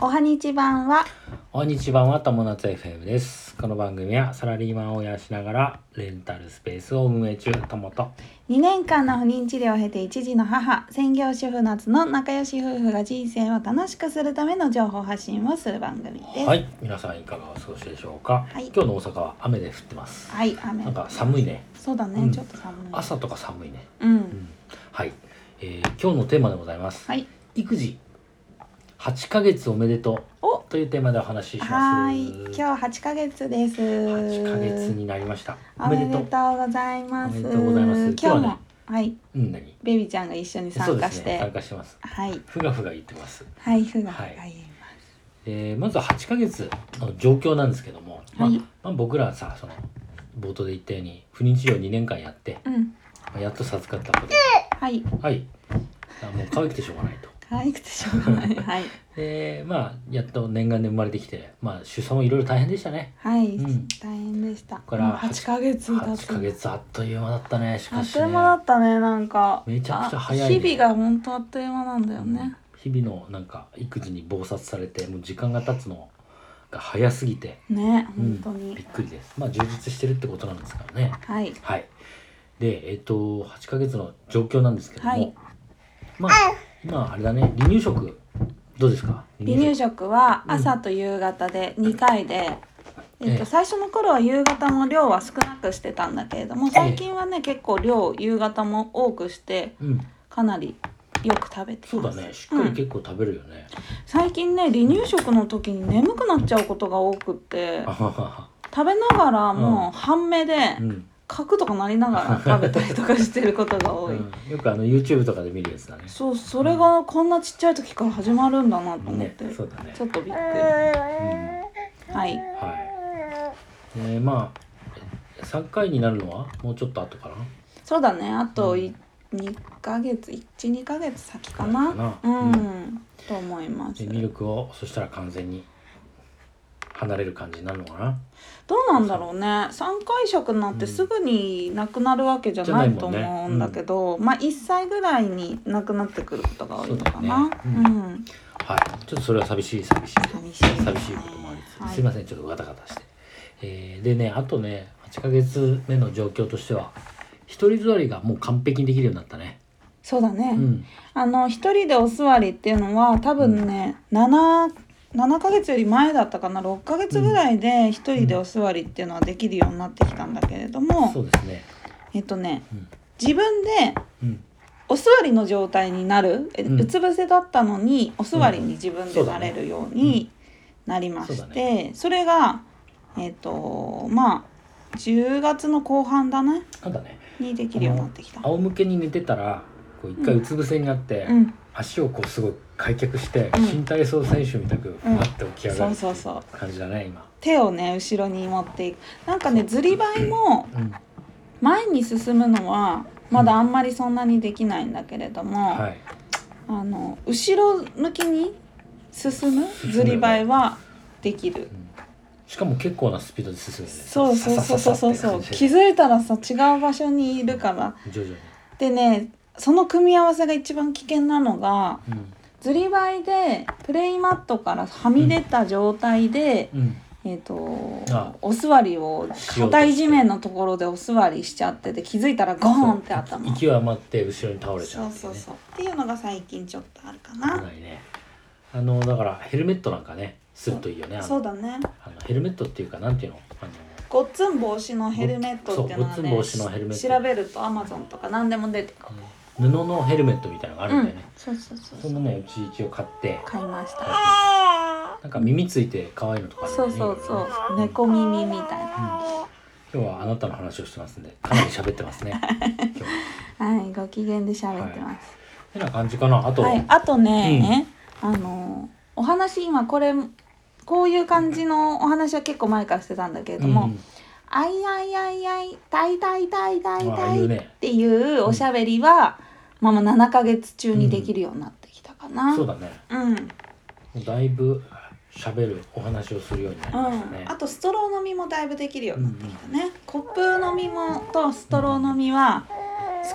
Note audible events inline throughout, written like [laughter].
おはにちばんはこんにちは、またもなつ FM です。この番組はサラリーマンを養しながらレンタルスペースを運営中、ともと。 2年間の不妊治療を経て一児の母専業主婦夏の仲良し夫婦が人生を楽しくするための情報発信をする番組です。はい、皆さんいかがお過ごしでしょうか。はい今日の大阪は雨で降ってます。はい、雨なんか寒いね。そうだね、うんちょっと寒い。朝とか寒いね。う、うんん。はい、えー今日のテーマでございます。はい、育児8ヶ月おめでとおうというテーマでお話しします。はーい、今日八ヶ月です。 8ヶ月になりました。おめでとうございます。おめでとうございます今日今日はもね、はい、うん、何？ベビちゃんが一緒にそう参で加すして、ね。参加してます。はい、ふがふが言ってます。はい、ふがふがはい言います。えーまずは8ヶ月の状況なんですけども、まあはいまあ、僕らさその冒頭で言ったように不妊治療2年間やって、うん、まあやっと授かったことはい、はいあもう可愛くてしょうがないと可愛くてしょうが [laughs] ない。はい、でまあやっと念願で生まれてきて、まあ、出産もいろいろ大変でしたねはい、うん大変でした。からもう八ヶ月経つ。 8ヶ月あっという間だったねしあかっしとねいう間だったね、なんか。めちゃくちゃ早いねあ日々が本当あっという間なんだよね。日々のなんか育児に忙殺されてもう時間が経つのが早すぎて、ね、うん本当に。びっくりですまあ充実してるってことなんですからねはい、はい。で、えっ、と、8ヶ月の状況なんですけども、はいまあ、今あれだね、離乳食、どうですか離乳食食はうん朝と夕方で2回で、えええっと、最初の頃は夕方も量は少なくしてたんだけれども最近はね結構量夕方も多くしてうん、かなりよく食べてますそうだね、しっかり結構食べるよね。最近ね離乳食の時に眠くなっちゃうことが多くってあはは食べながらもうんう半目でうん、角とかなりながら食べたりとかしてることが多い、うんよくあの YouTube とかで見るやつだね。そうそれがこんなちっちゃい時から始まるんだなと思っねて、、そうだねち。ょっとびっくうん、りはいはい。えー、まあ、3回になるのはもうちょっと後かなそうだねあとうい2ヶ月12ヶ月先かなかなううんん、と思いますで、ミルクを、そしたら完全に離れる感じになるのかなどうなんだろうね3回食なんてすぐになくなるわけじゃないと思うんだけど、まあ1歳ぐらいになくなってくることが多いのかなそうだよう,、ねうんはい、ちょっとそれは寂しい寂しい寂しいですね寂しいこともありつつ、はいすいませんちょっとガタガタして、えーでねあとね8ヶ月目の状況としては一人座りがもう完璧にできるようになったねそうだね、うんあの一人でお座りっていうのは多分ね、7 7ヶ月より前だったかな6ヶ月ぐらいで一人でお座りっていうのはできるようになってきたんだけれども、そうですねえっとねうん自分でうんお座りの状態になる、えうんうつ伏せだったのにお座りに自分でなれるようになりまして、そうそだれがえっ、とまあ10月の後半だねなんだねにできるようになってきた。仰向けに寝てたらこう一回うんうつ伏せになって、うん、足をこうすごい開脚して、うん新体操選手みたくふわって起き上そうがるっていそううそう感じだね今手をね後ろに持っていくなんかねずりばいもうん前に進むのはまだあんまりそんなにできないんだけれども、はいあの後ろ向きに進むむずりばいはできるしかも結構なスピードで進むよねそうそうそうそうそうそうささささって感じ気づいたらさ違う場所にいるから徐々にでねその組み合わせが一番危険なのがうんずりばいでプレイマットからはみ出た状態で、うんえっ、とあお座りをしようとして硬い地面のところでお座りしちゃってて気づいたらゴーンって頭息を余って後ろに倒れちゃそううそうっていうねそうっていうのが最近ちょっとあるか危なないねあのだからヘルメットなんかねするといいよねあそうのだねあのヘルメットっていうかなんていうのあのごっつん防止のヘルメットっていうのはねそうごっつん防止のヘルメット調べるとアマゾンとか何でも出てくる布のヘルメットみたいなのがあるんだよね、そうそうそうそんなねうち一応買って買いましたなんか耳ついて可愛いのとかあるんだそようねそうそう色々ね猫耳みたい今日はあなたの話をしてますんでかなり喋ってます [laughs] ね今日はなはいご機嫌で喋ってますてな感じかなあと、はいあとねあのお話今これこういう感じのお話は結構前からしてたんだけれどもん「あいあいあいあいたいたいたいたいああたいい」うっねていうおしゃべりはまあもう7ヶ月中にできるようになってきたかなそうだねうんもうだいぶ喋るお話をするようになりましたねうん、あ、とストロー飲みもだいぶできるようになってきたね、コップ飲みもとストロー飲みは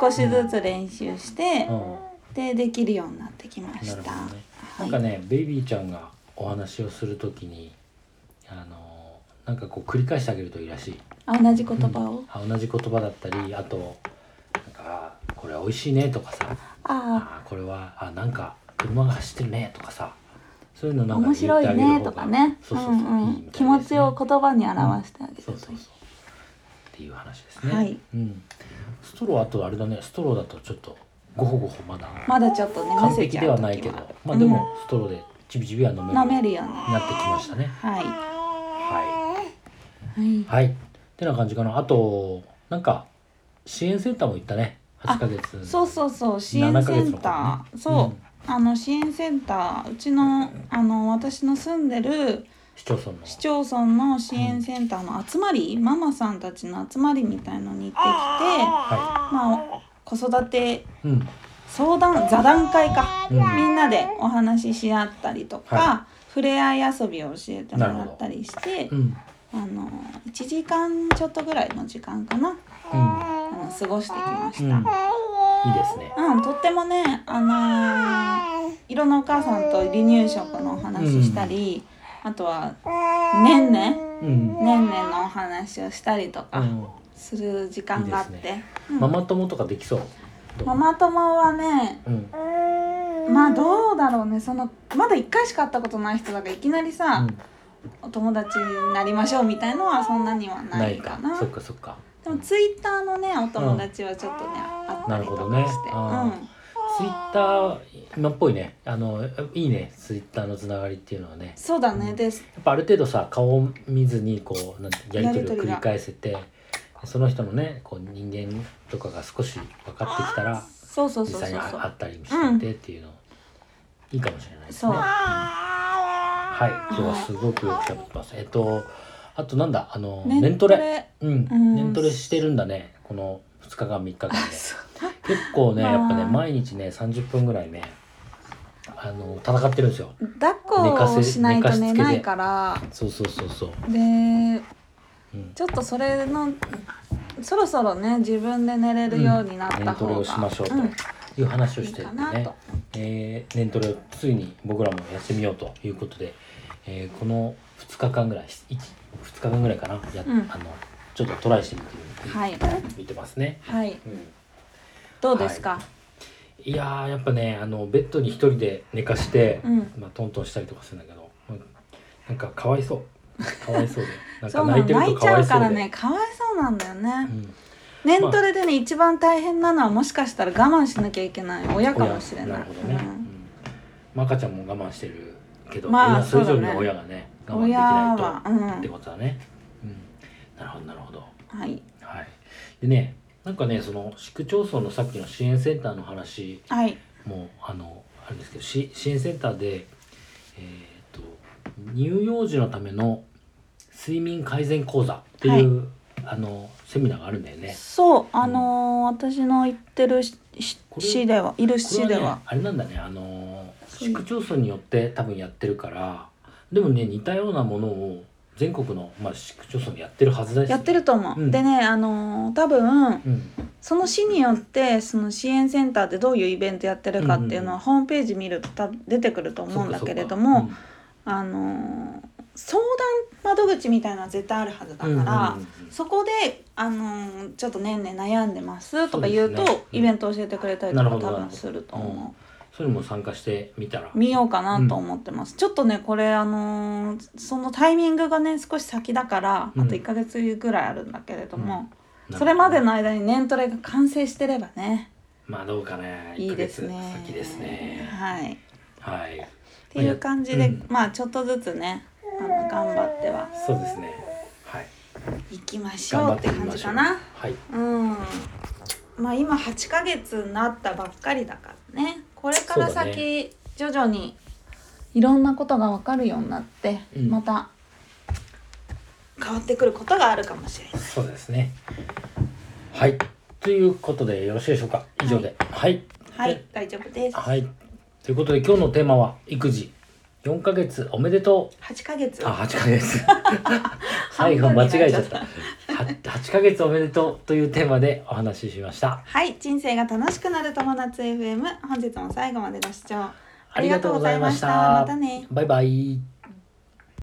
少しずつ練習して、うんでできるようになってきまなしるほた、どね。はないんかね、ベイビーちゃんがお話をするときにあのなんかこう繰り返してあげるといいらしいあ同じ言葉を、あ同じ言葉だったりあとなんかあこれ美味しいねとかさああこれはあなんか車が走ってるねとかさそういうのあなんか面白いねとかねそうそうそう、うんうんいいみた気い持ですねちを言葉に表してあげるとそいういそうそうっていう話ですね、はいうん、ストローあとあれだねストローだとちょっとごほごほまだまだちょっとね完むせ璧ちゃうではないけど時はまあでもストローでちびちびは飲めうるんよう飲になめっるよねはてきましたねいははいい、はい、ってな感じかなあとなんか支援センターも行ったね8ヶ月そうそうそう支援センター、 7ヶ月の頃ねそう、あの支援センターうちのあの私の住んでる市町村の市町村の支援センターの集まり、ママさんたちの集まりみたいのに行ってきてまはあ子育ていうん相談座談会か、うんみんなでお話しし合ったりとか、は触れ合い遊びを教えてもらったりしてう、んあの1時間ちょっとぐらいの時間かなあの過ごしてきまうしん、た。うん、いいですねうん、とってもね、あのーいろんなお母さんと離乳食のお話したり、あとはねんねうん、ねんねのお話をしたりとうかん、する時間があっていいですうんママ友とかできそうどうママ友はねうんまあどうだろうねそのまだ1回しか会ったことない人だからいきなりさ、お友達になりましょうみたいのはそんなにはうん、なないいかかなそっかそっかでもツイッターのねお友達はちょっとね、あったりとなるかほどしねて、あーツイッター今っぽいねあのいいねツイッターのつながりっていうのはねうん、そうだねでやっぱある程度さ顔を見ずにこうなんてやり取りを繰り返せてその人のねこう人間とかが少し分かってきたらそうそう実そうそう際にそう会ったりしててっていうの、いいかもしれないですそうね。はい今日はすごくよく喋ってます。えっとあとなんだあのね年トレうん、うん年トレしてるんだねこの2日間3日間で [laughs] そう結構ねまあやっぱね毎日ね30分ぐらいねあの戦ってるんですよ抱っこをしないと寝ないからそうそうそうそう、でうん、ちょっとそれのそろそろね自分で寝れるようになった方年トが、レうん、をしましょうという話をしてるんでいいかなねと、えー年トレをついに僕らもやってみようということで、えーこの2日間ぐらい2日間ぐらいかなや、うんあのちょっとトライしてみてはい見てますね、はいうんどうですか、いやーやっぱねあのベッドに一人で寝かして、うんまあ、トントンしたりとかするんだけど、うんなんかかわいそうかわいそうでな [laughs] んそかうな泣いのてる泣いとかちゃわいうそかうでらねかわいそうなんだよね、うん、年トレでね一番大変なのはもしかしたら我慢しなきゃいけない親かもしれないるほどね、ううんんまあ赤ちゃんも我慢してるけど、まあ親それ以上そうだにね親がね我慢でき親はなういとってんことだね、うんなるほどなるほどはいはいでねなんかねその市区町村のさっきの支援センターの話はいもあのあるんですけどし支援センターで、えー、と乳幼児のための睡眠改善講座っていう、あのセミナーがあるんだよね。そうあのー私の行ってるししこれ市ではいるこれ市はねではあれなんだねあのそう市区町村によって多分やってるからでもね似たようなものを全国の、まあ、市区町村でやってるはずです、やってると思う、うんでねあのー多分うんその市によってその支援センターでどういうイベントやってるかっていうのは、うんホームページ見ると多分出てくると思うんだけれども、あのー相談窓口みたいなのは絶対あるはずだそから、うかそうかうんうんうんうんそこで、あのーちょっとねんね悩んでますとか言うとそうですねうんイベント教えてくれたりとなるかほど多なる分ほどすると思う。そういうのも参加してみたら見ようかなと思ってます、ちょっとねこれあのーそのタイミングがね少し先だから、うんあと1ヶ月ぐらいあるんだけれども、なるほどそれまでの間に年トレが完成してればねまあどうかねい1いヶです月ね先ですねはい、っはいていう感じで、うんまあちょっとずつねあの頑張ってはそうですねはいいきまし頑ょ張うっっててみ感まじしょかうなはいうんまあ今8ヶ月になったばっかりだからねこれからそうだね先、徐々にいろんなことが分かるようになって、うんまた変わってくることがあるかもしれないそうですねはいということでよろしいでしょうか以上ではいはい大丈夫ですはい。ということで今日のテーマは育児。4ヶ月おめでと8ヶ月う。あ、8ヶ月。 [laughs] 最後間違えちゃった。は8ヶ月おめでとうというテーマでお話ししました。はい人生が楽しくなる友達 FM 本日も最後までご視聴ありがとうございました。ありがとうございましたまたねバイバイ。